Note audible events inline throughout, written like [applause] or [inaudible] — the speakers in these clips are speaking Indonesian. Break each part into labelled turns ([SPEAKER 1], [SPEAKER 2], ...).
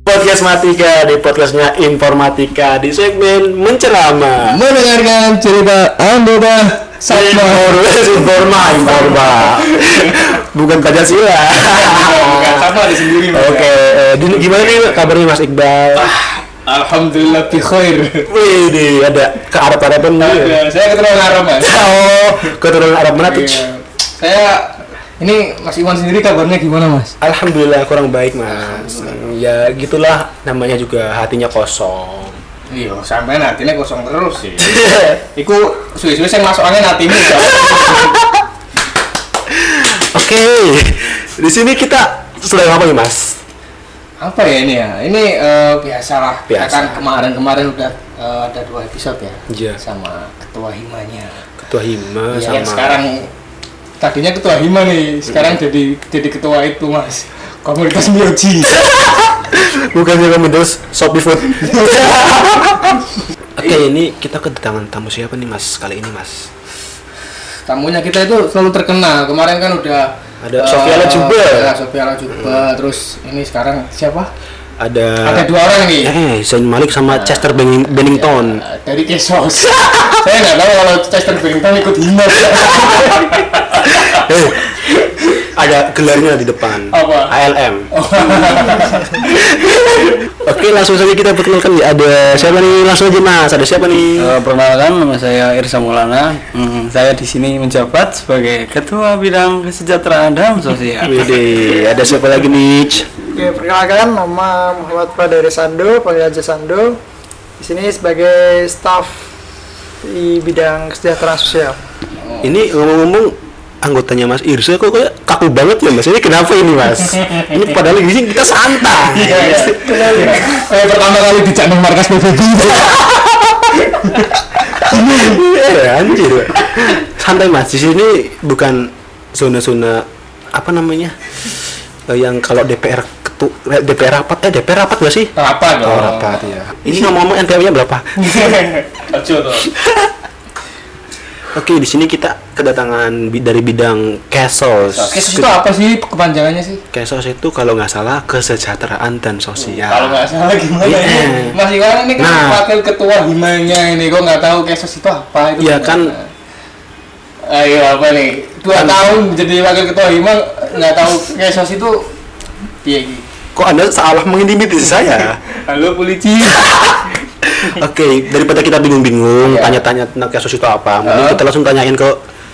[SPEAKER 1] Gasmatika di podcastnya Informatika di segmen mencerama.
[SPEAKER 2] Mendengarkan cerita Andoba
[SPEAKER 1] Saya informa, informa, informa. Bukan Pancasila.
[SPEAKER 3] Bukan sama di sendiri.
[SPEAKER 1] Oke, eh, di- gimana nih kabarnya Mas Iqbal?
[SPEAKER 3] Ah. Alhamdulillah bi khair.
[SPEAKER 1] Wih, di ada ke Arab Araban
[SPEAKER 3] Ada,
[SPEAKER 1] nih.
[SPEAKER 3] Saya keturunan Arab mas.
[SPEAKER 1] [laughs] Oh, keturunan Arab mana tuh?
[SPEAKER 3] Iya. Saya ini Mas Iwan sendiri kabarnya gimana mas?
[SPEAKER 1] Alhamdulillah kurang baik mas. Ya gitulah namanya juga hatinya
[SPEAKER 3] [laughs]
[SPEAKER 1] kosong.
[SPEAKER 3] Iya, sampai nantinya kosong terus sih. Iku suwe-suwe saya masuk angin nanti ini.
[SPEAKER 1] Oke, di sini kita sedang apa nih mas?
[SPEAKER 3] Apa ya ini ya? Ini eh, biasalah.
[SPEAKER 1] Biasa.
[SPEAKER 3] Kita kan kemarin-kemarin udah eh, ada dua episode ya.
[SPEAKER 1] Iya.
[SPEAKER 3] Sama ketua himanya.
[SPEAKER 1] Ketua Hima
[SPEAKER 3] Ya,
[SPEAKER 1] sama.
[SPEAKER 3] yang sekarang tadinya ketua hima nih, sekarang jadi jadi ketua itu mas. Komunitas Mioji.
[SPEAKER 1] Bukannya kamu dos Shopee Food. [laughs] Oke, ini kita kedatangan tamu siapa nih mas kali ini mas?
[SPEAKER 3] tamunya kita itu selalu terkenal kemarin kan udah eh,
[SPEAKER 1] Ada Sofia Hmm. Latjuba.
[SPEAKER 3] ada Sofia Latjuba. terus ini sekarang siapa
[SPEAKER 1] Ada.
[SPEAKER 3] ada dua orang nih
[SPEAKER 1] Eh, Zain Malik sama Chester Benning- Bennington.
[SPEAKER 3] Eh, dari Kesos [laughs] saya nggak tahu kalau Chester Bennington ikut
[SPEAKER 1] [laughs]
[SPEAKER 3] hima
[SPEAKER 1] Eh, ada gelarnya di depan.
[SPEAKER 3] Apa?
[SPEAKER 1] ALM. Oke, langsung saja kita perkenalkan ya. Ada siapa nih? Langsung aja mas. Ada siapa nih?
[SPEAKER 4] Eh, perkenalkan nama saya Irsa Maulana. Hmm, saya di sini menjabat sebagai Ketua Bidang Kesejahteraan dan Sosial.
[SPEAKER 1] Wede, ada siapa lagi nih?
[SPEAKER 5] Oke, perkenalkan nama Muhammad Pradari Sando, panggil aja Sando. Di sini sebagai staf di bidang kesejahteraan sosial.
[SPEAKER 1] Ini ngomong-ngomong anggotanya Mas Irsa kok kayak kaku banget ya Mas. Ini kenapa ini Mas? Ini padahal di sini kita santai.
[SPEAKER 3] Iya, eh, pertama kali di Cakneng Markas PBB
[SPEAKER 1] Iya, anjir. Santai Mas. Di sini bukan zona-zona apa namanya? Eh, yang kalau DPR ketu, eh, DPR rapat eh DPR rapat gak sih?
[SPEAKER 3] Oh, rapat iya. dong [laughs]
[SPEAKER 1] ya. Ini ngomong-ngomong NTW-nya berapa?
[SPEAKER 3] Ojo tuh
[SPEAKER 1] Oke, di sini kita kedatangan bi- dari bidang Kesos.
[SPEAKER 3] Kesos itu apa sih kepanjangannya sih
[SPEAKER 1] Kesos itu kalau nggak salah kesejahteraan dan sosial.
[SPEAKER 3] kalau nggak salah
[SPEAKER 1] Ya.
[SPEAKER 3] gimana
[SPEAKER 1] Iya.
[SPEAKER 3] ini Mas Iwan ini kan
[SPEAKER 1] Nah.
[SPEAKER 3] wakil ketua himanya ini kok nggak tahu Kesos itu apa itu
[SPEAKER 1] Iya,
[SPEAKER 3] gimana?
[SPEAKER 1] kan.
[SPEAKER 3] ayo apa nih dua tahun jadi wakil ketua hima nggak tahu Kesos itu piye iki?
[SPEAKER 1] Kok Anda seolah mengintimidasi
[SPEAKER 3] [laughs]
[SPEAKER 1] saya?
[SPEAKER 3] halo polisi
[SPEAKER 1] Oke, daripada kita bingung-bingung,
[SPEAKER 3] Iya.
[SPEAKER 1] tanya-tanya tentang kasus itu apa, mending
[SPEAKER 3] Heeh.
[SPEAKER 1] kita langsung tanyain ke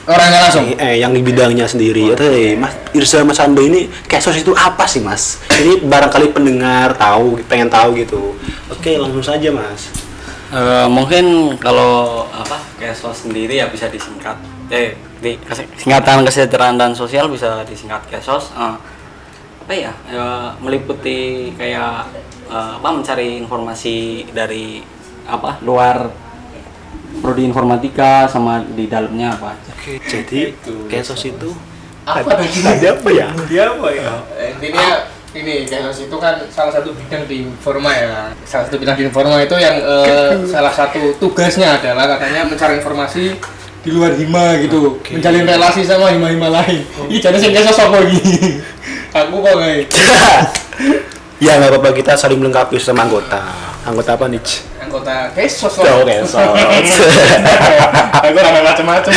[SPEAKER 3] orangnya langsung
[SPEAKER 1] eh, yang di bidangnya sendiri. Oke, Mas Irsa Mas Ando ini kasus itu apa sih, Mas? Ini barangkali pendengar tahu, pengen tahu gitu. Oke, langsung saja, Mas.
[SPEAKER 4] Eh, mungkin kalau apa KESO sendiri ya bisa disingkat. Eh, di kese- singkatan kesejahteraan dan sosial bisa disingkat KESOS. Eh, apa ya? eh, meliputi kayak eh, apa mencari informasi dari apa luar prodi informatika sama di dalamnya apa aja.
[SPEAKER 1] Jadi, kasus itu
[SPEAKER 3] apa tadi
[SPEAKER 1] Gitu. ada apa ya?
[SPEAKER 3] Eh, intinya ini Kesos itu kan salah satu bidang di informa ya salah satu bidang di informa itu yang eh, salah satu tugasnya adalah katanya mencari informasi di luar hima gitu menjalin relasi sama hima-hima lain ini jadi sih Kesos apa gini aku kok kayak
[SPEAKER 1] [laughs] ya nggak apa-apa kita saling melengkapi sama anggota. Anggota apa nih? Ci?
[SPEAKER 3] anggota Kesos
[SPEAKER 1] Oh, Kesos. [laughs]
[SPEAKER 3] aku ramai macam-macam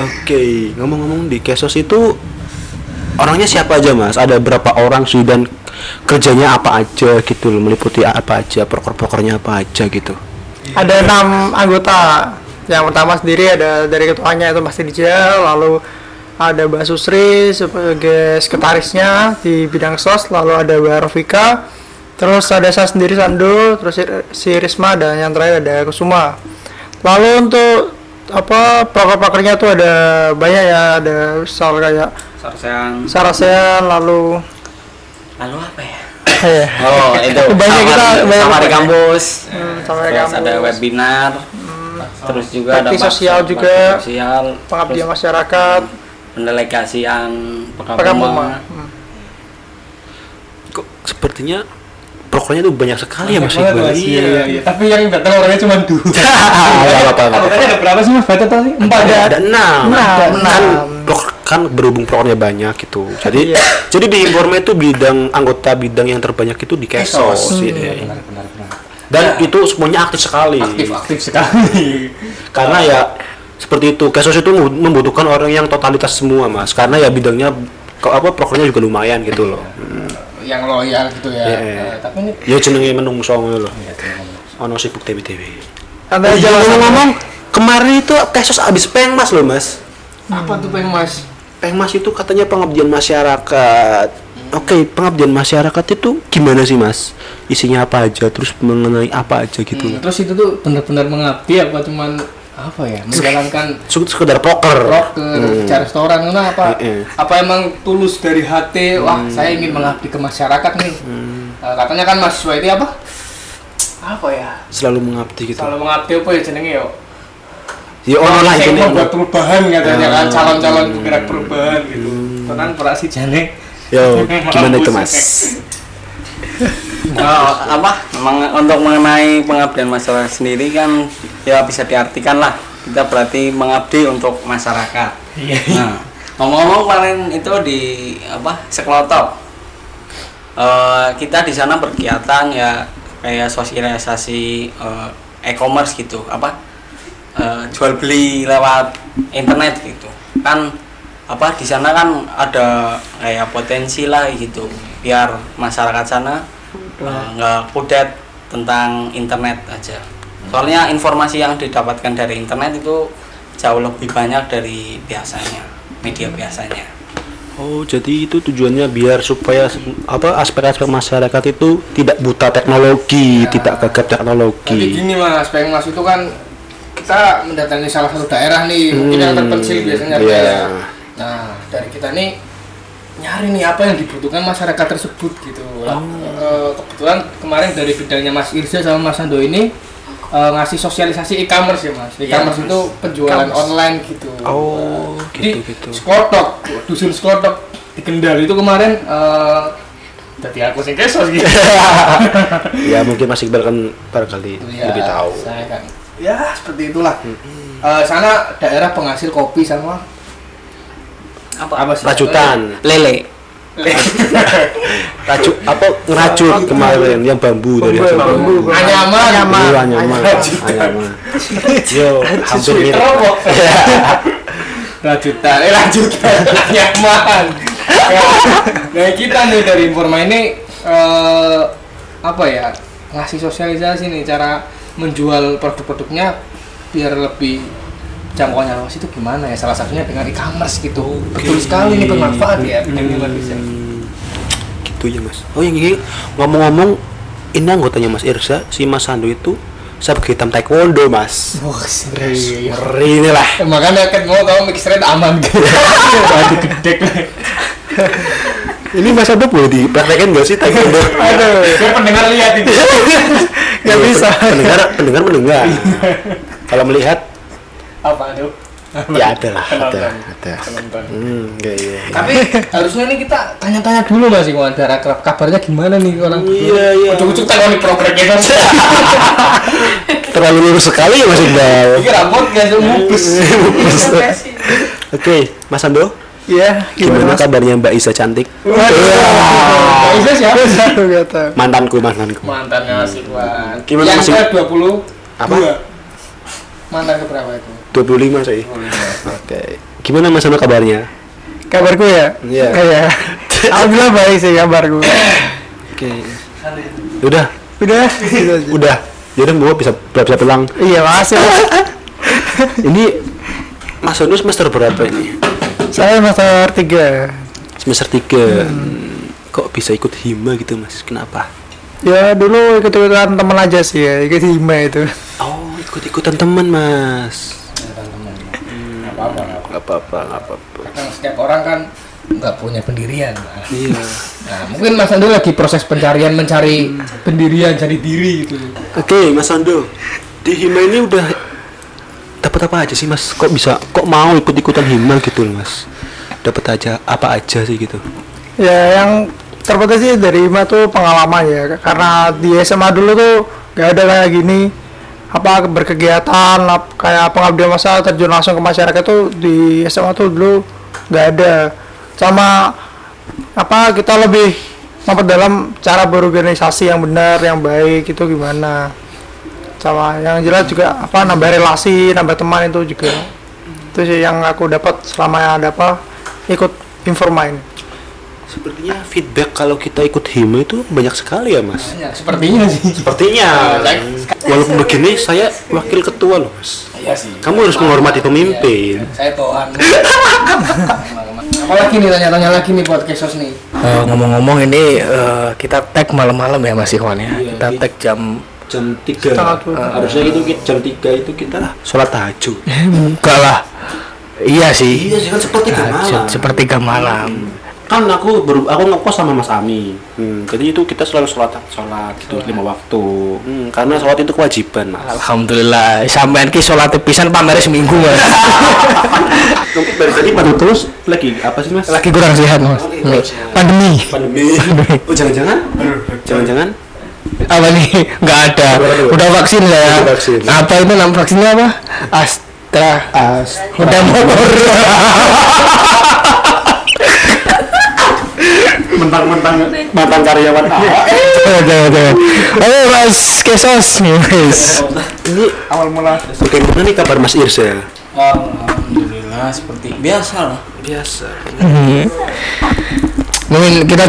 [SPEAKER 1] Oke, ngomong-ngomong di Kesos itu orangnya siapa aja mas? Ada berapa orang sih dan kerjanya apa aja gitu loh, meliputi apa aja, proker-prokernya apa aja gitu.
[SPEAKER 5] Ada enam anggota. Yang pertama sendiri ada dari ketuanya itu Mas Dijal, lalu ada Mbak Susri sebagai sekretarisnya di bidang sos, lalu ada Mbak Rofika, terus ada saya sendiri Sando, terus si- si Risma dan yang terakhir ada Kusuma. Lalu untuk apa proker-prokernya tuh ada banyak ya ada soal kayak
[SPEAKER 4] Sarsean.
[SPEAKER 5] Sarasean lalu
[SPEAKER 4] Lalu apa ya?
[SPEAKER 5] eh,
[SPEAKER 4] Oh, [laughs] itu.
[SPEAKER 5] Banyak kita-
[SPEAKER 4] Safari-
[SPEAKER 5] banyak-
[SPEAKER 4] safari kampus.
[SPEAKER 5] hmm, sama kayak
[SPEAKER 4] Terus
[SPEAKER 5] kamu
[SPEAKER 4] ada webinar. Terus juga
[SPEAKER 5] Bakti
[SPEAKER 4] bakti-
[SPEAKER 5] sosial
[SPEAKER 4] bakti
[SPEAKER 5] juga.
[SPEAKER 4] Sosial.
[SPEAKER 5] pengabdian
[SPEAKER 4] terus
[SPEAKER 5] masyarakat
[SPEAKER 4] pendelegasian
[SPEAKER 5] Pekapuma.
[SPEAKER 4] Pekapuma.
[SPEAKER 5] Hmm.
[SPEAKER 1] Kok sepertinya prokernya tuh banyak sekali ya mas
[SPEAKER 3] Banyak
[SPEAKER 1] Iqbal?
[SPEAKER 3] banget, iya, iya, iya. tapi yang datang orangnya cuma dua [laughs]
[SPEAKER 1] Ah, iya, Hahaha, nggak apa-apa, nggak apa-apa.
[SPEAKER 3] anggotanya ada berapa sih mas Batet tadi empat
[SPEAKER 1] Ada ada enam.
[SPEAKER 5] Enam.
[SPEAKER 1] Kan
[SPEAKER 5] Enam.
[SPEAKER 1] prok kan berhubung prokernya banyak gitu. Jadi
[SPEAKER 5] Iya.
[SPEAKER 1] jadi di Informa itu bidang anggota bidang yang terbanyak itu di Kesos.
[SPEAKER 3] Kesos.
[SPEAKER 1] iya.
[SPEAKER 3] benar benar benar
[SPEAKER 1] Dan itu semuanya aktif sekali.
[SPEAKER 3] aktif aktif sekali
[SPEAKER 1] Karena ya seperti itu Kesos itu membu- membutuhkan orang yang totalitas semua mas. Karena ya bidangnya ke- apa prokernya juga lumayan gitu loh.
[SPEAKER 3] [laughs] yang loyal gitu ya
[SPEAKER 1] Iya.
[SPEAKER 3] Eh, tapi ini
[SPEAKER 1] Ya jenenge menungso ngono loh. Ono sibuk TV-TV.
[SPEAKER 5] Santai aja Mas.
[SPEAKER 1] ngomong kemarin itu Kesos abis pengmas loh mas.
[SPEAKER 3] apa tuh pengen mas
[SPEAKER 1] Pengmas itu katanya pengabdian masyarakat. Oke, pengabdian masyarakat itu gimana sih, Mas? Isinya apa aja, terus mengenai apa aja gitu.
[SPEAKER 3] hmm. terus itu tuh benar-benar mengabdi apa cuman apa ya menjalankan
[SPEAKER 1] Sek- Sekedar Hmm. poker.
[SPEAKER 3] rock ke cara restoran itu apa
[SPEAKER 1] Iya.
[SPEAKER 3] apa emang tulus dari hati wah saya ingin mengabdi ke masyarakat nih Eh, katanya kan mahasiswa itu apa apa ya
[SPEAKER 1] Selalu mengabdi gitu.
[SPEAKER 3] selalu mengabdi apa ya jenenge yo
[SPEAKER 1] Ya ono lah Ah.
[SPEAKER 3] Saya
[SPEAKER 1] ini.
[SPEAKER 3] mau buat perubahan katanya kan calon-calon bergerak perubahan gitu
[SPEAKER 1] Hmm.
[SPEAKER 3] tenang perasi jane
[SPEAKER 1] Yo, gimana itu, Mas?
[SPEAKER 4] Nah, apa meng- untuk mengenai pengabdian masyarakat sendiri kan ya bisa diartikan lah kita berarti mengabdi untuk masyarakat. Nah, ngomong-ngomong kemarin itu di apa sekelotok Eh, kita di sana berkegiatan ya kayak sosialisasi eh, e-commerce gitu apa eh, jual beli lewat internet gitu kan apa di sana kan ada kayak potensi lah gitu biar masyarakat sana eh, nggak kudet tentang internet aja soalnya informasi yang didapatkan dari internet itu jauh lebih banyak dari biasanya media biasanya
[SPEAKER 1] Oh, jadi itu tujuannya biar supaya se- apa aspek-aspek masyarakat itu tidak buta teknologi, tidak gagap
[SPEAKER 3] Ya. Tapi
[SPEAKER 1] teknologi.
[SPEAKER 3] gini mas, pengen mas itu kan kita mendatangi salah satu daerah nih, mungkin yang terpencil biasanya
[SPEAKER 1] Hmm. iya.
[SPEAKER 3] daerah. Nah dari kita nih nyari nih apa yang dibutuhkan masyarakat tersebut gitu. Lah,
[SPEAKER 1] Oh.
[SPEAKER 3] eh, kebetulan kemarin dari bidangnya Mas Irza sama Mas Sando ini eh, ngasih sosialisasi e-commerce ya mas. E-commerce itu penjualan online gitu.
[SPEAKER 1] Iya, Oh,
[SPEAKER 3] Jadi
[SPEAKER 1] gitu-gitu.
[SPEAKER 3] Sklotok, dusun Sklotok di Kendal itu kemarin eh jadi aku sih kesos
[SPEAKER 1] [laughs]
[SPEAKER 3] gitu.
[SPEAKER 1] Ya mungkin Mas Iqbal kan barangkali
[SPEAKER 3] Iya,
[SPEAKER 1] lebih tahu. Hmm.
[SPEAKER 3] Saya kan. Ya, seperti itulah. Eh, sana daerah penghasil kopi sama apa sih?
[SPEAKER 1] Rajutan.
[SPEAKER 4] lele
[SPEAKER 1] Racu apa ngerajut kemarin yang bambu dari hasil bambu.
[SPEAKER 5] Bambu,
[SPEAKER 3] Anyaman.
[SPEAKER 1] Iya,
[SPEAKER 5] Anyaman.
[SPEAKER 1] anyaman. Anyaman. Yo, hampir mirip.
[SPEAKER 3] Terobok.
[SPEAKER 1] Iya.
[SPEAKER 3] Rajutan, eh rajutan. [laughs] Anyaman. nah, kita nih dari Informa ini eh, apa ya? Ngasih sosialisasi nih cara menjual produk-produknya biar lebih jangkauannya luas itu gimana ya salah satunya dengan e-commerce gitu betul sekali nih bermanfaat ya ini bisa
[SPEAKER 1] Gitu ya, Mas. Oh, yang ini ngomong-ngomong ini anggotanya Mas Irsa, si Mas Sandu itu sabuk hitam taekwondo, Mas.
[SPEAKER 3] wah serius
[SPEAKER 1] Ngeri nih lah.
[SPEAKER 3] Iya, Eh, makanya kan mau tau mix rate aman [laughs] gitu aduh gede
[SPEAKER 1] [laughs] Ini Mas Sandu boleh dipraktekin [laughs] nggak sih taekwondo?
[SPEAKER 3] biar pendengar lihat itu
[SPEAKER 1] Nggak bisa. Pendengar, pendengar, [laughs] mendengar. Kalau melihat,
[SPEAKER 3] apa aduh
[SPEAKER 1] ya ada lah, ada,
[SPEAKER 3] Penonton.
[SPEAKER 1] ada.
[SPEAKER 3] Penonton.
[SPEAKER 1] Hmm, kayak iya.
[SPEAKER 3] [laughs] tapi harusnya nih kita tanya-tanya dulu mas sih kawan darah kerap kabarnya gimana nih orang
[SPEAKER 1] Iya, iya.
[SPEAKER 3] ujuk-ujuk tanya nih program kita
[SPEAKER 1] [laughs] Terlalu lurus sekali ya Mas Iqbal.
[SPEAKER 3] ini rapot gak sih mubes
[SPEAKER 1] Oke, Mas Sando,
[SPEAKER 5] Iya,
[SPEAKER 1] gimana
[SPEAKER 5] gimana Mas?
[SPEAKER 1] kabarnya Mbak Isa cantik?
[SPEAKER 3] Nah,
[SPEAKER 1] Iya.
[SPEAKER 3] itu siapa
[SPEAKER 5] Aduh, nggak tahu.
[SPEAKER 1] Mantanku, mantanku.
[SPEAKER 3] mantannya mas Iwan
[SPEAKER 1] Gimana,
[SPEAKER 3] yang
[SPEAKER 1] Mas Iwan?
[SPEAKER 3] ke 20
[SPEAKER 1] Apa?
[SPEAKER 3] mantan keberapa itu
[SPEAKER 1] 25 saya. Oke. Gimana Mas Sando kabarnya?
[SPEAKER 5] Kabarku ya?
[SPEAKER 1] Iya.
[SPEAKER 5] Iya. Alhamdulillah baik sih kabarku.
[SPEAKER 1] Oke. Udah,
[SPEAKER 5] Udah, gitu aja.
[SPEAKER 1] udah. Jadi gua bisa bisa pulang.
[SPEAKER 5] Iya, makasih. Mas.
[SPEAKER 1] Ini Mas Sando semester berapa ini?
[SPEAKER 5] Saya master 3.
[SPEAKER 1] Semester 3. Kok bisa ikut hima gitu, Mas? Kenapa?
[SPEAKER 5] Ya dulu ikut-ikutan temen aja sih ya, ikut hima itu.
[SPEAKER 1] Oh, ikut-ikutan teman, Mas.
[SPEAKER 3] apa-apa nggak
[SPEAKER 1] Gak apa-apa, gak apa-apa.
[SPEAKER 3] Nah, setiap orang kan nggak punya pendirian. Nah,
[SPEAKER 1] Iya.
[SPEAKER 3] Nah, mungkin Mas Ando lagi proses pencarian mencari pendirian jadi diri gitu.
[SPEAKER 1] [laughs] Oke, Mas Sando. Di Hima ini udah dapat apa aja sih, Mas? Kok bisa kok mau ikut-ikutan Hima gitu loh, Mas? Dapat aja apa aja sih gitu.
[SPEAKER 5] Ya yang terpenting sih dari hima tuh pengalaman ya, karena di SMA dulu tuh gak ada kayak gini apa berkegiatan ap- kayak pengabdian masa terjun langsung ke masyarakat tuh di SMA tuh dulu nggak ada sama apa kita lebih memperdalam cara berorganisasi yang benar yang baik itu gimana sama yang jelas juga apa nambah relasi nambah teman itu juga itu sih yang aku dapat selama ada apa ikut informa ini
[SPEAKER 1] Sepertinya feedback kalau kita ikut hima itu banyak sekali ya mas.
[SPEAKER 6] Ya, sepertinya sih.
[SPEAKER 1] Sepertinya.
[SPEAKER 6] Ah, baik.
[SPEAKER 1] Walaupun begini saya wakil ketua loh mas.
[SPEAKER 6] Iya sih.
[SPEAKER 1] Kamu harus menghormati pemimpin.
[SPEAKER 6] Saya bawahan. Apalagi nih tanya-tanya lagi nih buat kesos nih.
[SPEAKER 3] Eh, ngomong-ngomong ini eh, kita tag malam-malam ya Mas Ikhwan ya.
[SPEAKER 1] Iya,
[SPEAKER 3] kita
[SPEAKER 1] iya.
[SPEAKER 3] tag jam
[SPEAKER 1] Jam 3
[SPEAKER 5] Setengah dua.
[SPEAKER 1] Harusnya itu ki- jam 3 itu kita sholat
[SPEAKER 3] [laughs]
[SPEAKER 1] tahajud.
[SPEAKER 3] enggak lah. Iya sih.
[SPEAKER 1] sih kan seperti
[SPEAKER 3] Tahajud, seperti jam malam.
[SPEAKER 1] kan aku baru aku ngekos sama Mas Ami. Hmm, jadi itu kita selalu sholat sholat gitu lima waktu. Hmm, karena sholat itu kewajiban mas.
[SPEAKER 3] Alhamdulillah. Ah, Sampean ki sholat pisan pamer seminggu Mas.
[SPEAKER 1] Dari tadi baru terus lagi apa sih mas?
[SPEAKER 3] Lagi kurang sehat Mas. Pandemi.
[SPEAKER 1] pandemi. Oh jangan-jangan? Jangan-jangan?
[SPEAKER 3] Apa [laughs] nih? Enggak ada. Udah vaksin saya.
[SPEAKER 1] Udah vaksin.
[SPEAKER 3] Apa itu nama vaksinnya apa? Astra. Udah mau
[SPEAKER 1] Mentang-mentang mantan karyawan.
[SPEAKER 3] Jangan, jangan. Oke Oh, Mas Kesos nih Mas.
[SPEAKER 1] Ini awal mula. Bagaimana nih kabar Mas Irsa?
[SPEAKER 4] Alhamdulillah seperti biasa lah.
[SPEAKER 1] Biasa.
[SPEAKER 3] Hmm. Mungkin kita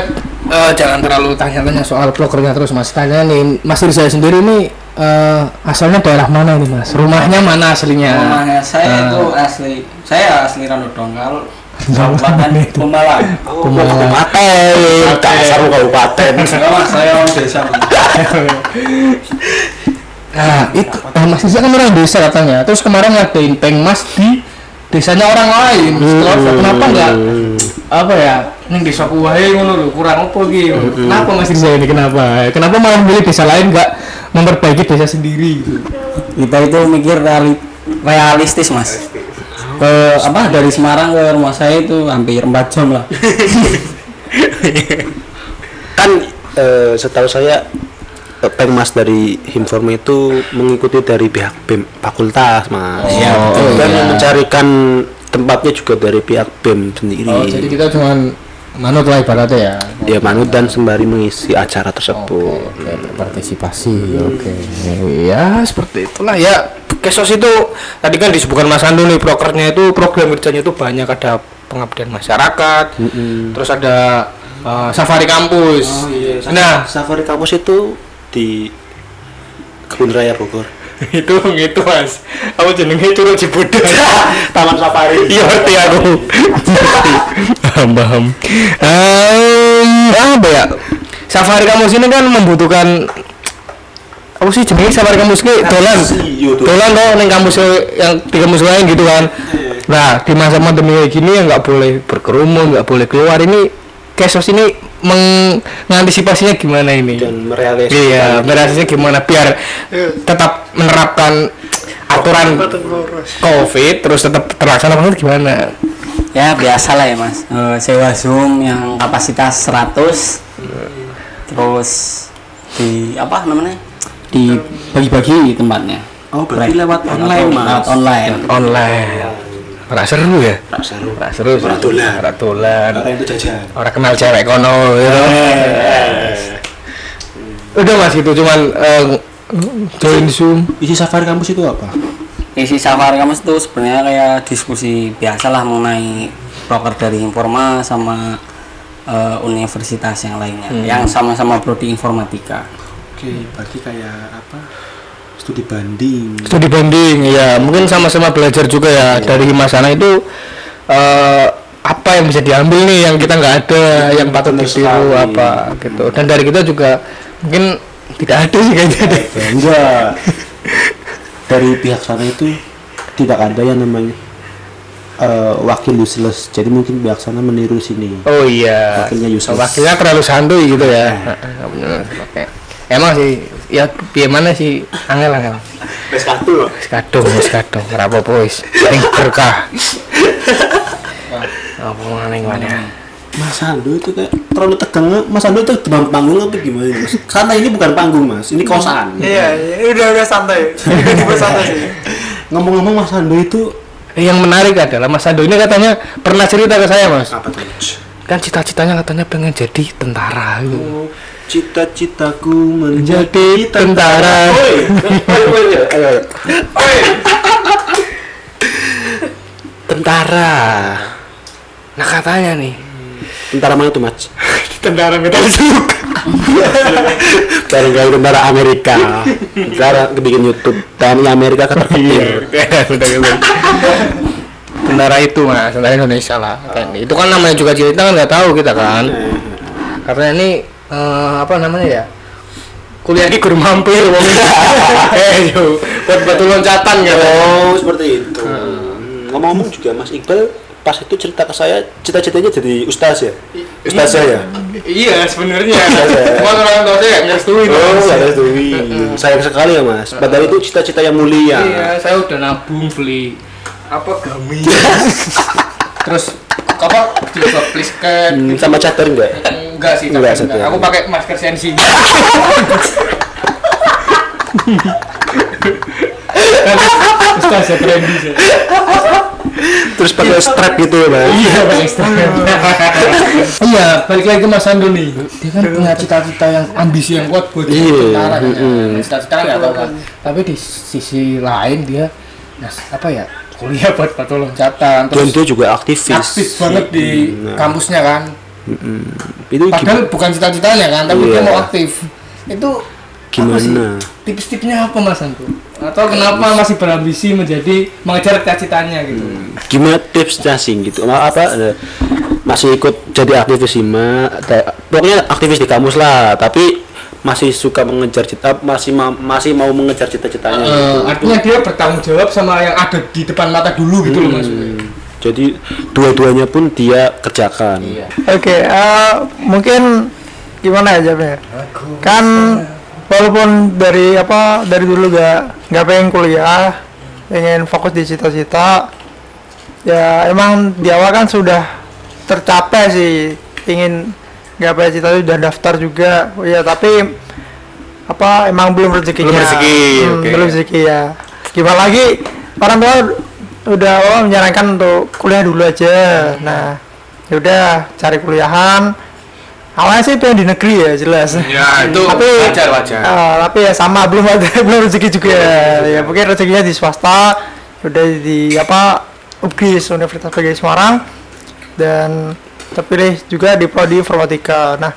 [SPEAKER 6] Eh, jangan terlalu
[SPEAKER 3] tanya soal blokernya terus mas tanya nih mas Rizal sendiri nih eh, asalnya daerah mana nih mas rumahnya mana aslinya
[SPEAKER 4] Rumahnya saya
[SPEAKER 3] Eh,
[SPEAKER 4] itu asli, saya asli Rando Dongkal, Kabupaten Pemalang.
[SPEAKER 3] kabupaten dasar lu kabupaten
[SPEAKER 4] Enggak mas, saya orang desa. Mas.
[SPEAKER 3] nah itu eh, mas Rizal kan orang desa katanya terus kemarin ngadain pengmas di desanya orang lain Setelah itu, kenapa enggak apa ya
[SPEAKER 6] Neng desa kuwahe ngono lho, kurang apa iki.
[SPEAKER 3] kenapa mas Rizal ini kenapa kenapa malah milih desa lain enggak memperbaiki desa sendiri gitu
[SPEAKER 4] Kita itu mikir reali- realistis mas. Ke apa dari Semarang ke rumah saya itu hampir 4 jam lah.
[SPEAKER 1] kan eh, setahu saya eh, pengmas dari Himforma itu mengikuti dari pihak BEM fakultas mas Oh,
[SPEAKER 3] Iya, betul,
[SPEAKER 1] dan
[SPEAKER 3] iya.
[SPEAKER 1] mencarikan tempatnya juga dari pihak BEM sendiri
[SPEAKER 3] oh, jadi kita cuman manut lah ibaratnya ya
[SPEAKER 1] ya manut dan sembari mengisi acara tersebut
[SPEAKER 3] Oke, berpartisipasi. Oke. Ya, seperti itulah ya. Kesos itu tadi kan disebutkan Mas Andu nih prokernya itu program kerjanya itu banyak ada pengabdian masyarakat. Terus ada eh, safari kampus. Nah,
[SPEAKER 1] nah safari kampus itu di kebun raya Bogor
[SPEAKER 3] [laughs] itu gitu Mas. Aku jenenge curug Cibudet. [laughs] Taman safari. Iya, ngerti aku. Paham, apa ya? Safari kampus ini kan membutuhkan apa sih jenis safari kampus ini dolan
[SPEAKER 1] Iya, tuh.
[SPEAKER 3] dolan kok neng kampus yang di kampus lain gitu kan nah di masa pandemi kayak gini ya nggak boleh berkerumun nggak boleh keluar ini kesos ini meng- mengantisipasinya gimana ini
[SPEAKER 1] dan merealisasikan
[SPEAKER 3] iya berasanya gimana biar tetap menerapkan aturan covid terus tetap terlaksana maksudnya gimana
[SPEAKER 4] Ya biasa lah ya mas. Eh, sewa zoom yang kapasitas 100 terus di apa namanya dibagi-bagi tempatnya.
[SPEAKER 1] Oh, berarti lewat online, Mas.
[SPEAKER 4] Lewat online.
[SPEAKER 3] online merasa seru ya
[SPEAKER 1] Tak seru
[SPEAKER 3] merasa seru
[SPEAKER 1] Ora dolan.
[SPEAKER 3] Ora dolan.
[SPEAKER 1] Orang itu jajan
[SPEAKER 3] orang kenal cewek kono gitu. iya. udah mas gitu cuman eh, join zoom
[SPEAKER 1] isi safari kampus itu apa
[SPEAKER 4] Isi safari kamu itu sebenarnya kayak diskusi biasa lah mengenai broker dari Informa sama eh, universitas yang lainnya
[SPEAKER 1] Hmm.
[SPEAKER 4] yang sama-sama prodi informatika.
[SPEAKER 1] oke berarti kayak apa studi banding
[SPEAKER 3] studi banding
[SPEAKER 1] Iya.
[SPEAKER 3] ya mungkin sama-sama belajar juga ya dari mas sana itu eh, apa yang bisa diambil nih yang kita nggak ada yang patut
[SPEAKER 1] Iya, benar
[SPEAKER 3] ditiru
[SPEAKER 1] sekali.
[SPEAKER 3] apa gitu dan dari kita juga mungkin tidak ada sih kayaknya deh.
[SPEAKER 1] Iya, enggak dari pihak sana itu tidak ada yang namanya eh, wakil useless jadi mungkin pihak sana meniru sini
[SPEAKER 3] oh iya
[SPEAKER 1] Wakilnya Iya. useless.
[SPEAKER 3] wakilnya terlalu santuy gitu ya Nggak benar. Oke. emang sih ya gimana sih angel angel Wis kadung, wis kadung, ora apa-apa wis. Sing
[SPEAKER 1] [laughs]
[SPEAKER 3] berkah. Apa maning mana?
[SPEAKER 1] Mas Ando itu kayak terlalu tegang Mas Ando itu demam panggung apa gimana mas? karena ini bukan panggung mas ini kosan
[SPEAKER 5] Nah. [laughs] iya iya, udah udah santai udah santai sih
[SPEAKER 1] ngomong-ngomong Mas Ando itu
[SPEAKER 3] yang menarik adalah Mas Ando ini katanya pernah cerita ke saya Mas
[SPEAKER 1] Apa tuh?
[SPEAKER 3] kan cita-citanya katanya pengen jadi tentara gitu.
[SPEAKER 1] Cita-citaku menjadi
[SPEAKER 3] jadi tentara
[SPEAKER 1] tentara.
[SPEAKER 3] nah katanya nih
[SPEAKER 1] Tentara mana tuh, Mas?
[SPEAKER 3] tentara metal slug
[SPEAKER 1] Barangkali tentara Amerika. Tentara bikin YouTube TNI Amerika [laughs] keterketir.
[SPEAKER 3] tentara Iya. itu mas tentara Indonesia lah kan itu kan namanya juga cerita kan nggak tahu kita kan karena ini eh, apa namanya ya kuliah di guru mampir wong [laughs] eh yo buat batu loncatan kan
[SPEAKER 1] Oh, seperti itu.
[SPEAKER 6] Hmm.
[SPEAKER 1] Hmm, Ngomong-ngomong juga Mas Iqbal pas itu cerita ke saya cita-citanya jadi ustaz ya? Ustaz saya.
[SPEAKER 6] iya sebenarnya cuma orang tua saya nggak setuju
[SPEAKER 1] Oh, saya Dewi. Sayang sekali ya, Mas. Padahal itu cita-cita yang mulia.
[SPEAKER 6] iya saya udah nabung beli apa [laughs] gami terus apa juga please cap
[SPEAKER 1] Hmm, Sama charter enggak?
[SPEAKER 6] enggak sih tapi
[SPEAKER 1] Enggak,
[SPEAKER 6] enggak.
[SPEAKER 1] satu.
[SPEAKER 6] aku pakai masker [laughs] sensi Ustaz ya trendy sih.
[SPEAKER 1] Terus pakai strap gitu ya, Mas.
[SPEAKER 3] iya paling Instagram.
[SPEAKER 6] Iya, balik lagi ke Mas Ando nih. Dia kan punya cita-cita yang ambisi yang kuat buat jadi
[SPEAKER 1] Iya,
[SPEAKER 6] tentara kan.
[SPEAKER 1] mm-mm.
[SPEAKER 6] ya. Cita-cita kan nggak tahu kan. Tapi di sisi lain dia, nah apa ya, kuliah buat batu loncatan.
[SPEAKER 1] Dan
[SPEAKER 6] Terus
[SPEAKER 1] dia juga aktivis.
[SPEAKER 6] aktif banget di
[SPEAKER 1] Nah,
[SPEAKER 6] kampusnya kan.
[SPEAKER 1] Itu
[SPEAKER 6] Padahal bukan cita-citanya kan, tapi dia
[SPEAKER 1] Iya.
[SPEAKER 6] mau aktif. Itu
[SPEAKER 1] gimana?
[SPEAKER 6] apa sih? tips-tipsnya apa Mas Ando? Atau kenapa masih berambisi menjadi mengejar cita-citanya gitu?
[SPEAKER 1] gimana tips casing gitu Ma- apa eh, masih ikut jadi aktivis hima te- pokoknya aktivis di kampus lah tapi masih suka mengejar cita masih ma- masih mau mengejar cita-citanya
[SPEAKER 6] Eh, artinya dia bertanggung jawab sama yang ada di depan mata dulu gitu loh maksudnya.
[SPEAKER 1] jadi dua-duanya pun dia kerjakan
[SPEAKER 6] Iya.
[SPEAKER 5] Oke, eh, mungkin gimana ya jawabnya? Kan walaupun dari apa dari dulu gak nggak pengen kuliah, pengen fokus di cita-cita, ya emang di awal kan sudah tercapai sih ingin gapai cita itu udah daftar juga, ya tapi apa emang belum rezekinya?
[SPEAKER 3] Belum rezeki, oke.
[SPEAKER 5] Belum rezeki ya. Gimana lagi orang tua udah awal menyarankan untuk kuliah dulu aja. Nah, yaudah cari kuliahan awalnya sih pengen di negeri ya jelas
[SPEAKER 3] ya itu
[SPEAKER 5] Tapi-
[SPEAKER 3] wajar wajar
[SPEAKER 5] Eh, tapi ya sama [laughs] belum ada belum rezeki juga ya mungkin rezekinya di swasta udah di apa UGIS Universitas PGI Semarang dan terpilih juga di prodi informatika nah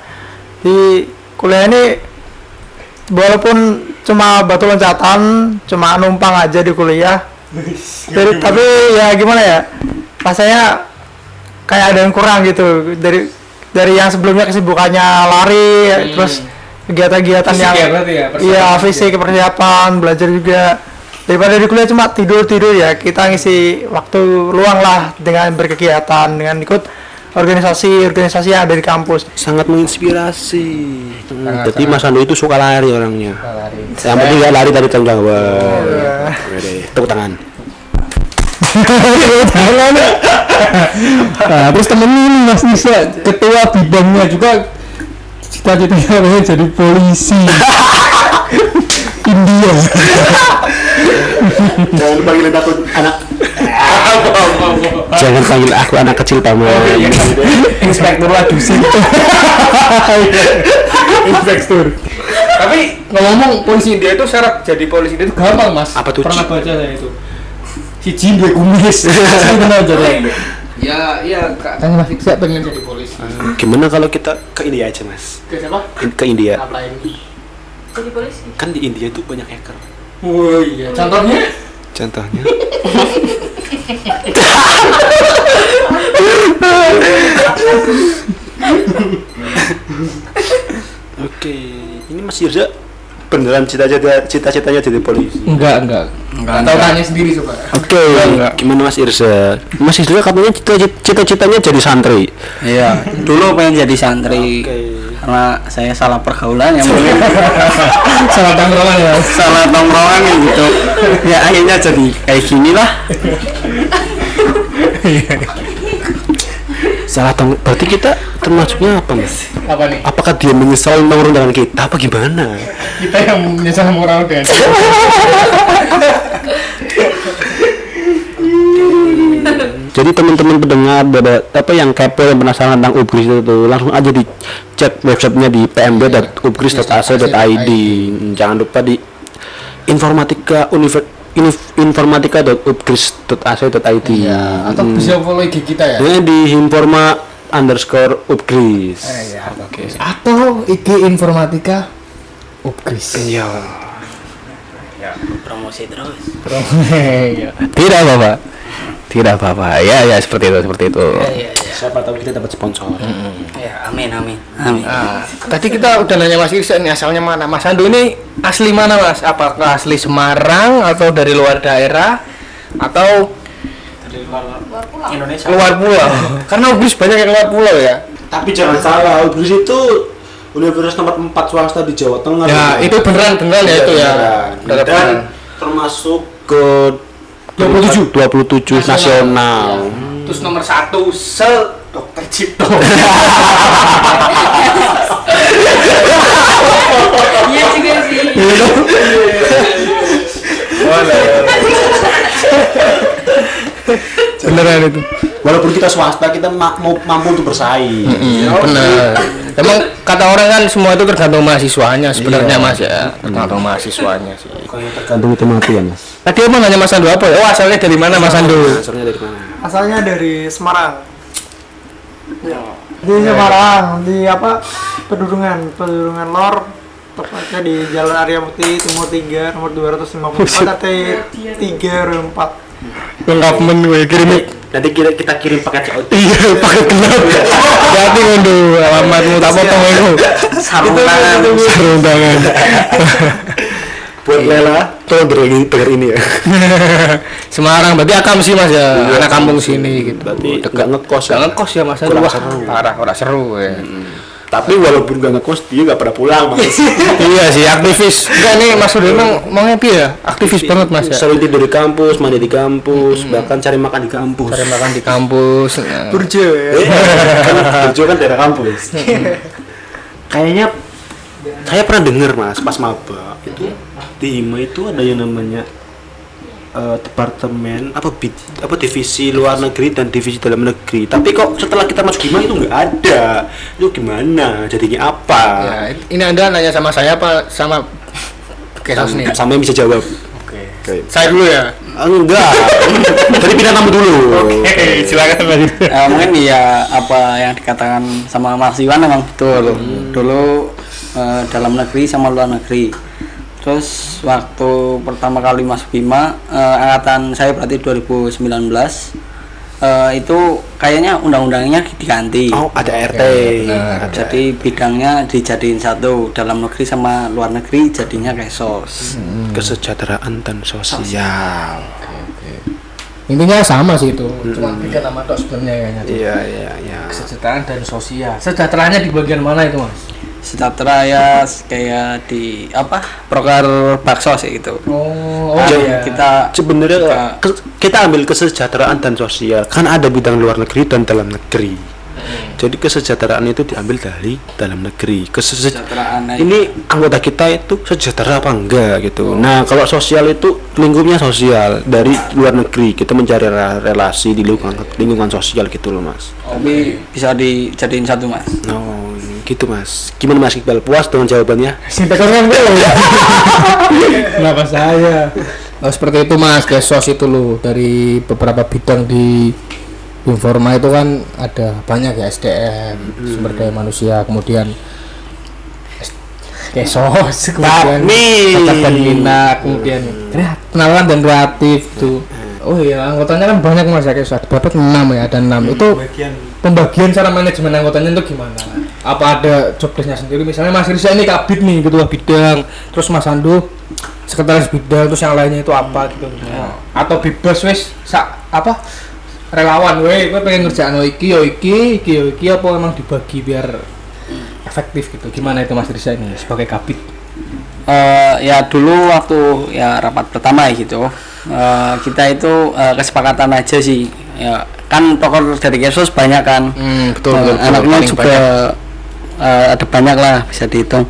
[SPEAKER 5] di kuliah ini walaupun cuma batu loncatan cuma numpang aja di kuliah Jadi- tapi ya gimana ya rasanya kayak ada yang kurang gitu dari dari yang sebelumnya kesibukannya lari terus kegiatan-kegiatan
[SPEAKER 6] Fisik
[SPEAKER 5] yang
[SPEAKER 6] ya berarti ya, persiapan
[SPEAKER 5] iya
[SPEAKER 6] fisik
[SPEAKER 5] fisik persiapan belajar juga daripada di kuliah cuma tidur tidur ya kita ngisi waktu luang lah dengan berkegiatan dengan ikut organisasi organisasi yang ada di kampus
[SPEAKER 1] [laughs] sangat menginspirasi Hmm,
[SPEAKER 6] Sangat,
[SPEAKER 1] jadi
[SPEAKER 6] sangat.
[SPEAKER 1] Mas Ando itu suka lari orangnya
[SPEAKER 6] Lari. Iya.
[SPEAKER 1] yang penting nggak lari dari tanggung jawab Oke deh, tepuk tangan
[SPEAKER 2] Nah, terus temen ini Mas Nisa, ketua bidangnya juga cita-citanya pengen jadi
[SPEAKER 6] [laughs]
[SPEAKER 2] polisi. India.
[SPEAKER 1] jangan panggil aku anak [laughs] jangan panggil aku anak kecil tamu
[SPEAKER 6] Iya, Oh,
[SPEAKER 3] inspektur lah
[SPEAKER 6] [laughs]
[SPEAKER 3] dusin inspektur
[SPEAKER 6] Tapi ngomong polisi India itu syarat jadi polisi India itu gampang mas.
[SPEAKER 1] Apa tuh,
[SPEAKER 6] Pernah
[SPEAKER 1] Ci?
[SPEAKER 6] baca saya itu.
[SPEAKER 3] si Jin gue
[SPEAKER 6] [laughs]
[SPEAKER 3] kumis
[SPEAKER 6] Iya,
[SPEAKER 2] Benar jadi.
[SPEAKER 6] Ya, iya katanya masih saya pengen jadi polisi.
[SPEAKER 1] gimana kalau kita ke India aja mas
[SPEAKER 6] Ke siapa?
[SPEAKER 1] In- ke India
[SPEAKER 6] Ngapain?
[SPEAKER 7] jadi polisi
[SPEAKER 1] kan di India itu banyak hacker
[SPEAKER 6] Oh iya. Contohnya?
[SPEAKER 1] contohnya oke ini Mas Irza beneran cita-cita cita-citanya jadi polisi
[SPEAKER 3] enggak enggak
[SPEAKER 4] Enggak,
[SPEAKER 6] Atau tanya sendiri coba.
[SPEAKER 1] oke gimana Mas Irza Mas Irza katanya cita- cita-citanya jadi santri
[SPEAKER 4] Iya,
[SPEAKER 1] Hmm.
[SPEAKER 4] dulu pengen jadi santri. Karena saya salah pergaulan ya mungkin.
[SPEAKER 3] [laughs]
[SPEAKER 1] [laughs]
[SPEAKER 3] salah tanggungan ya
[SPEAKER 4] salah tongkrongan ya gitu. Ya akhirnya jadi kayak gini lah.
[SPEAKER 1] salah tong berarti kita termasuknya apa Mas
[SPEAKER 6] Apa nih?
[SPEAKER 1] apakah dia menyesal nongkrong dengan kita apa gimana
[SPEAKER 6] Kita yang menyesal ya? moral dan.
[SPEAKER 1] Jadi teman-teman pendengar pada apa yang kepo yang penasaran tentang Ubris itu tuh, langsung aja dicek websitenya di pmb.ubris.ac.id. Jangan lupa di informatika univer- unif- informatika.ubris.ac.id.
[SPEAKER 6] Iya, atau
[SPEAKER 1] Mm.
[SPEAKER 6] bisa follow IG kita ya.
[SPEAKER 1] Ini di informa underscore upgris.
[SPEAKER 3] Iya,
[SPEAKER 6] Eh, ya, oke. Atau IG informatika Upgris.
[SPEAKER 3] Iya.
[SPEAKER 4] promosi terus
[SPEAKER 6] Iya.
[SPEAKER 3] Tidak apa-apa. Tidak apa-apa. Ya ya seperti itu seperti itu.
[SPEAKER 4] iya iya
[SPEAKER 1] Siapa tahu kita dapat sponsor.
[SPEAKER 4] ya amin amin amin
[SPEAKER 3] Tadi kita udah nanya Mas Irsa ini asalnya mana? Mas Ando ini asli mana Mas? Apakah asli Semarang atau dari luar daerah atau
[SPEAKER 4] dari luar Indonesia
[SPEAKER 3] luar pulau? Karena Ubris banyak yang luar pulau ya.
[SPEAKER 1] Tapi jangan salah, Ubris itu universitas nomor 4 swasta di Jawa Tengah. Iya,
[SPEAKER 3] Ya itu beneran beneran ya itu ya. Beneran,
[SPEAKER 1] Dan
[SPEAKER 3] beneran.
[SPEAKER 1] termasuk ke
[SPEAKER 3] 27.
[SPEAKER 1] 27 nasional. Iya.
[SPEAKER 6] Terus nomor satu se Dokter Cipto.
[SPEAKER 7] Iya juga sih.
[SPEAKER 3] Beneran itu.
[SPEAKER 1] [laughs] Walaupun kita swasta, kita ma- mau mampu untuk bersaing.
[SPEAKER 3] Hmm, Bener. Emang kata orang kan semua itu tergantung mahasiswanya sebenarnya Mas ya. Tergantung mahasiswanya sih.
[SPEAKER 1] Tergantung itu mati ya, Mas.
[SPEAKER 3] Tadi emang nanya Mas Ando apa ya? Oh asalnya dari mana Mas Ando?
[SPEAKER 1] Asalnya dari mana?
[SPEAKER 5] asalnya dari Semarang di Semarang di apa pedurungan pedurungan lor tepatnya di Jalan Arya Mukti Timur 3 nomor 254 RT 3 RW 4
[SPEAKER 3] Lengkap men gue kirim
[SPEAKER 1] Nanti kita, kita kirim paket COD.
[SPEAKER 3] Iya pakai gelap. Berarti Ando alamatmu tak potong aku.
[SPEAKER 1] Sarung tangan.
[SPEAKER 3] Sarung tangan.
[SPEAKER 1] Buat Lela, tolong denger ini, denger ini ya. [laughs]
[SPEAKER 3] Semarang berarti akam sih Mas ya. Anak kampung sini gitu.
[SPEAKER 1] Iya. Berarti nggak ngekos.
[SPEAKER 3] Jangan kos ya Mas Ando.
[SPEAKER 1] Kurang
[SPEAKER 3] Wah,
[SPEAKER 1] seru.
[SPEAKER 3] parah orang seru ya.
[SPEAKER 1] Tapi walaupun nggak ngekos, dia nggak pernah pulang, Mas.
[SPEAKER 3] iya sih aktivis enggak nih mas Rudi emang mau happy ya aktivis banget mas ya
[SPEAKER 1] Selalu tidur di kampus, mandi di kampus, bahkan cari makan di kampus. Iya.
[SPEAKER 3] cari makan di kampus ya.
[SPEAKER 5] Burjo ya
[SPEAKER 1] Burjo kan daerah kampus. Kayaknya saya pernah dengar mas pas maba itu di IMA itu ada yang namanya eh, departemen apa bid, apa divisi luar negeri dan divisi dalam negeri. Tapi kok setelah kita masuk IMA itu nggak ada. Itu gimana? Jadinya apa?
[SPEAKER 3] Ya, ini anda nanya sama saya apa sama kesos nih
[SPEAKER 1] Sampai bisa jawab.
[SPEAKER 3] saya dulu ya
[SPEAKER 1] Ah, Enggak. Tadi pindah tamu dulu.
[SPEAKER 3] eh silakan mas Rudi.
[SPEAKER 4] Eh, mungkin ya apa yang dikatakan sama Mas Iwan memang betul dulu eh, dalam negeri sama luar negeri terus waktu pertama kali masuk Bima eh, angkatan saya berarti 2019 eh, itu kayaknya undang-undangnya diganti
[SPEAKER 1] Oh, ada RT.
[SPEAKER 4] jadi bidangnya dijadiin satu dalam negeri sama luar negeri jadinya kesos
[SPEAKER 1] Hmm. Kesejahteraan dan sosial.
[SPEAKER 3] Ya, intinya sama sih itu
[SPEAKER 6] Cuma beda nama tok sebenarnya kayaknya.
[SPEAKER 1] Iya, iya, iya.
[SPEAKER 6] Kesejahteraan dan sosial. Sejahteraannya di bagian mana itu, Mas?
[SPEAKER 4] sejahtera ya kayak di apa proker bakso sih itu
[SPEAKER 6] Oh,
[SPEAKER 4] Kan
[SPEAKER 6] iya.
[SPEAKER 4] kita
[SPEAKER 1] sebenarnya
[SPEAKER 4] Kita-
[SPEAKER 1] ke- kita ambil kesejahteraan dan sosial kan ada bidang luar negeri dan dalam negeri jadi kesejahteraan itu diambil dari dalam negeri Kesejah-
[SPEAKER 4] kesejahteraan aja.
[SPEAKER 1] ini anggota kita itu sejahtera apa enggak gitu nah kalau sosial itu lingkupnya sosial dari luar negeri kita mencari rela- relasi di lingkungan lingkungan sosial gitu loh mas
[SPEAKER 4] tapi bisa dijadiin satu mas
[SPEAKER 1] no gitu mas gimana mas Iqbal puas dengan jawabannya
[SPEAKER 3] sinta keren gue
[SPEAKER 2] [laughs] Kenapa saya?
[SPEAKER 3] Oh, seperti itu mas kesos itu loh dari beberapa bidang di informa itu kan ada banyak ya SDM sumber daya manusia kemudian S- kesos kemudian bakat dan minat kemudian kreat- penalaran dan kreatif tuh oh iya anggotanya kan banyak mas ya kesos ada berapa 6 ya ada 6 itu pembagian cara manajemen anggotanya itu gimana? Apa ada jobdesknya sendiri? Misalnya Mas Rizal ini kabit nih ketua bidang, terus Mas Andu sekretaris bidang, terus yang lainnya itu apa gitu? Atau bebas wes sa- apa relawan weh, gue pengen ngerjain oh iki, oh iki, iki, oh iki, apa emang dibagi biar efektif gitu? Gimana itu Mas Rizal ini sebagai kabit?
[SPEAKER 4] Eh, ya dulu waktu ya rapat pertama ya gitu eh, kita itu eh, kesepakatan aja sih ya kan tokoh dari Kesos banyak kan
[SPEAKER 3] Hmm,
[SPEAKER 4] Eh, anaknya juga eh, ada banyak lah bisa dihitung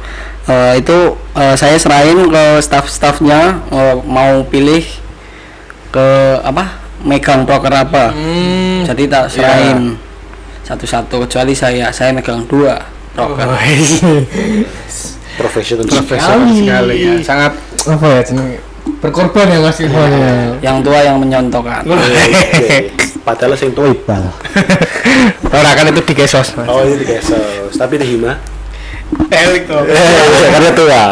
[SPEAKER 4] Eh, itu eh, saya serahin ke staff-staffnya eh, mau pilih ke apa megang proker apa
[SPEAKER 3] Hmm.
[SPEAKER 4] jadi tak serahin satu-satu kecuali saya saya megang dua
[SPEAKER 3] Oh,
[SPEAKER 4] proker
[SPEAKER 1] profesional
[SPEAKER 3] Profesional sekali ya. Sangat iya.
[SPEAKER 2] apa ya jenenge
[SPEAKER 6] berkorban ya mas
[SPEAKER 2] oh ya
[SPEAKER 4] yang tua yang menyontokan
[SPEAKER 1] Oke. padahal sing tua Iqbal
[SPEAKER 3] ora kan itu dikesos. Mas.
[SPEAKER 1] oh ini kesos tapi di [laughs] Hima
[SPEAKER 3] Elik tuh.
[SPEAKER 1] eh, karena tua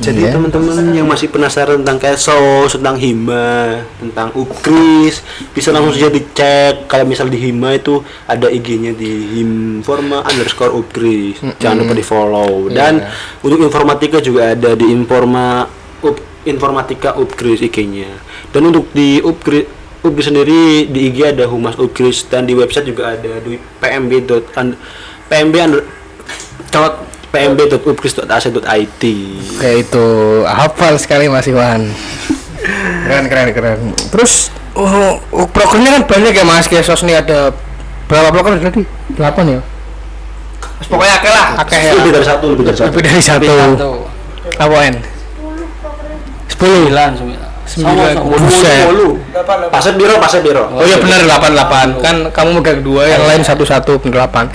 [SPEAKER 1] Jadi
[SPEAKER 2] Iya.
[SPEAKER 1] teman-teman yang masih penasaran tentang kesos, tentang hima, tentang ukris, bisa langsung saja dicek. Kalau misal di hima itu ada IG-nya di himforma underscore ukris. Jangan lupa di follow. Dan untuk informatika juga ada di informa up, informatika ukris IG-nya. Dan untuk di ukris ukris sendiri di IG ada humas ukris dan di website juga ada di pmb dot un- pmb under, dot pmb.upkris.ac.id
[SPEAKER 3] Kayak Ya, itu hafal sekali Mas Iwan. Keren keren keren. Terus oh, oh, programnya kan banyak ya Mas Kesos nih ada berapa program tadi? 8 ya. Mas, pokoknya akeh lah, akeh ya.
[SPEAKER 1] lebih dari satu lebih dari satu
[SPEAKER 3] Lebih dari satu. Apaan? 10.
[SPEAKER 4] sembilan sembilan
[SPEAKER 3] Sembilan.
[SPEAKER 4] Sama- sama.
[SPEAKER 3] Buset.
[SPEAKER 1] pasir biro pasir biro
[SPEAKER 3] Oh iya benar 88 kan kamu megang dua yang lain satu-satu bener 8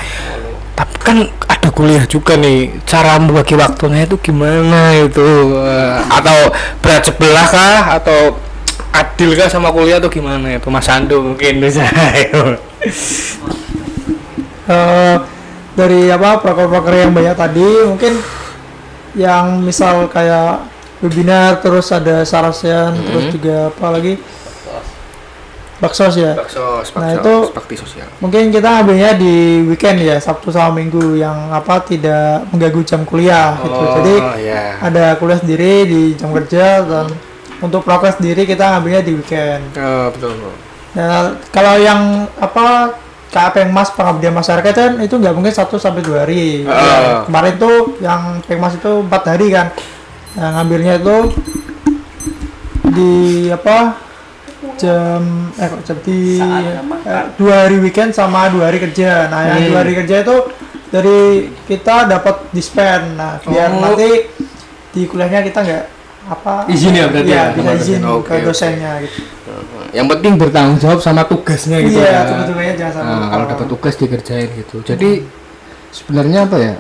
[SPEAKER 3] tapi kan ada kuliah juga nih cara membagi waktunya itu gimana itu Eh, atau berat sebelah kah atau adil kah sama kuliah atau gimana itu Mas Sandu mungkin [laughs] bisa ayo
[SPEAKER 5] eh dari apa proker-proker yang banyak tadi mungkin yang misal kayak webinar terus ada sarasen terus juga apa lagi baksos ya
[SPEAKER 3] baksos
[SPEAKER 5] Nah, itu-
[SPEAKER 3] bakti sosial
[SPEAKER 5] mungkin kita ambilnya di weekend ya Sabtu sama Minggu yang apa tidak mengganggu jam kuliah gitu
[SPEAKER 3] Oh,
[SPEAKER 5] jadi
[SPEAKER 3] ya
[SPEAKER 5] ada kuliah sendiri di jam kerja dan untuk progres sendiri kita ambilnya di weekend
[SPEAKER 3] oh, betul
[SPEAKER 5] Nah, kalau yang apa KA Pengmas pengabdian masyarakat kan itu nggak mungkin 1 sampai 2 hari. Ya,
[SPEAKER 3] Ah.
[SPEAKER 5] Kemarin tuh yang Pengmas itu 4 hari kan. Nah, ngambilnya itu di apa jam eh kok jam di eh, dua hari weekend sama dua hari kerja. Nah, yang dua hari kerja itu dari kita dapat dispen. Nah, biar
[SPEAKER 3] Oh.
[SPEAKER 5] nanti di kuliahnya kita nggak apa
[SPEAKER 6] Izin ya berarti
[SPEAKER 5] Iya,
[SPEAKER 6] ya?
[SPEAKER 5] bisa izin
[SPEAKER 3] Oke,
[SPEAKER 5] ke
[SPEAKER 3] oke.
[SPEAKER 5] dosennya gitu.
[SPEAKER 3] yang penting bertanggung jawab sama tugasnya gitu
[SPEAKER 5] Iya,
[SPEAKER 3] ya.
[SPEAKER 5] tugas-tugasnya jangan sampai
[SPEAKER 3] Nah,
[SPEAKER 5] lupa.
[SPEAKER 3] kalau dapat tugas dikerjain gitu. Jadi sebenarnya apa ya?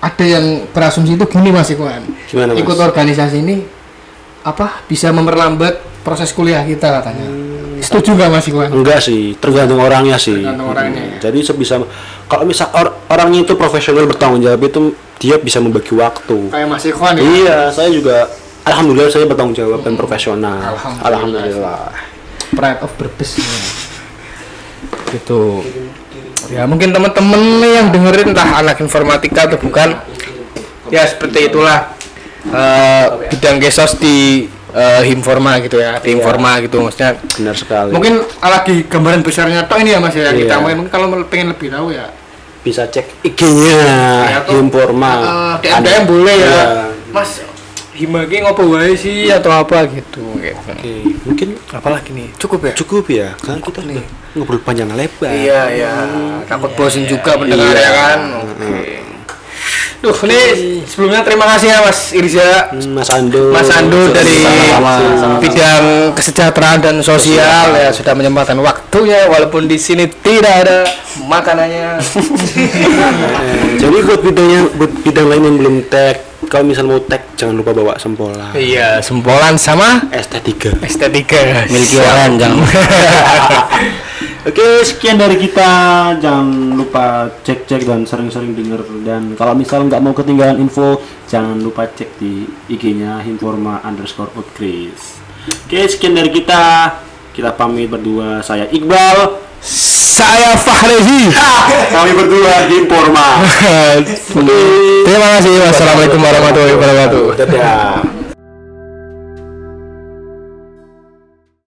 [SPEAKER 3] Ada yang berasumsi itu gini Mas Iwan.
[SPEAKER 1] Gimana, Mas?
[SPEAKER 3] Ikut organisasi ini apa bisa memperlambat proses kuliah kita katanya. Setuju nggak Mas Iwan?
[SPEAKER 1] enggak sih tergantung orangnya sih
[SPEAKER 3] Tergantung orangnya,
[SPEAKER 1] Hmm, jadi sebisa kalau misal or- orangnya itu profesional bertanggung jawab itu dia bisa membagi waktu
[SPEAKER 3] Kayak Mas ya? Iwan
[SPEAKER 1] iya saya juga alhamdulillah saya bertanggung jawab dan profesional alhamdulillah,
[SPEAKER 3] pride of Brebes gitu ya mungkin teman-teman nih yang dengerin entah anak informatika atau bukan ya seperti itulah eh, bidang gesos di eh, Himforma gitu ya di Himforma gitu maksudnya
[SPEAKER 1] benar sekali
[SPEAKER 3] mungkin lagi gambaran besarnya toh ini ya mas ya kita
[SPEAKER 1] Iya.
[SPEAKER 3] mungkin mungkin kalau pengen lebih tahu ya
[SPEAKER 1] bisa cek IG-nya
[SPEAKER 3] atau,
[SPEAKER 1] informal
[SPEAKER 3] eh, DM DM boleh ya
[SPEAKER 1] Iya.
[SPEAKER 3] mas Hima ki ngopo wae sih atau apa gitu gitu
[SPEAKER 1] Oke, Iya. mungkin
[SPEAKER 3] apalagi nih cukup ya
[SPEAKER 1] cukup ya kan kita udah ngobrol panjang lebar
[SPEAKER 3] Iya ya, takut bosen juga pendengar
[SPEAKER 1] Iya.
[SPEAKER 3] ya kan. Oke. Duh, ini sebelumnya terima kasih ya Mas Irza,
[SPEAKER 1] Hmm, Mas Ando
[SPEAKER 3] Mas Andu dari
[SPEAKER 1] Sama-sama.
[SPEAKER 3] bidang kesejahteraan dan sosial ya sudah menyempatkan waktunya walaupun di sini tidak ada makanannya.
[SPEAKER 1] [laughs] Jadi buat bidangnya, buat bidang lain yang belum tag, kalau misal mau tag jangan lupa bawa sempola.
[SPEAKER 3] iya, sempolan sama
[SPEAKER 1] ST3.
[SPEAKER 3] estetika.
[SPEAKER 4] miliki orang jangan
[SPEAKER 1] [laughs] Oke, sekian dari kita. Jangan lupa cek-cek dan sering-sering denger dan kalau misal nggak mau ketinggalan info, jangan lupa cek di IG-nya Informa underscore Utkris. Oke, sekian dari kita. Kita pamit berdua. Saya Iqbal.
[SPEAKER 3] Saya Fahrezi.
[SPEAKER 1] [laughs] Kami berdua
[SPEAKER 3] [laughs]
[SPEAKER 1] Informa.
[SPEAKER 3] Terima kasih. Wassalamualaikum warahmatullahi wabarakatuh.
[SPEAKER 1] Dadah.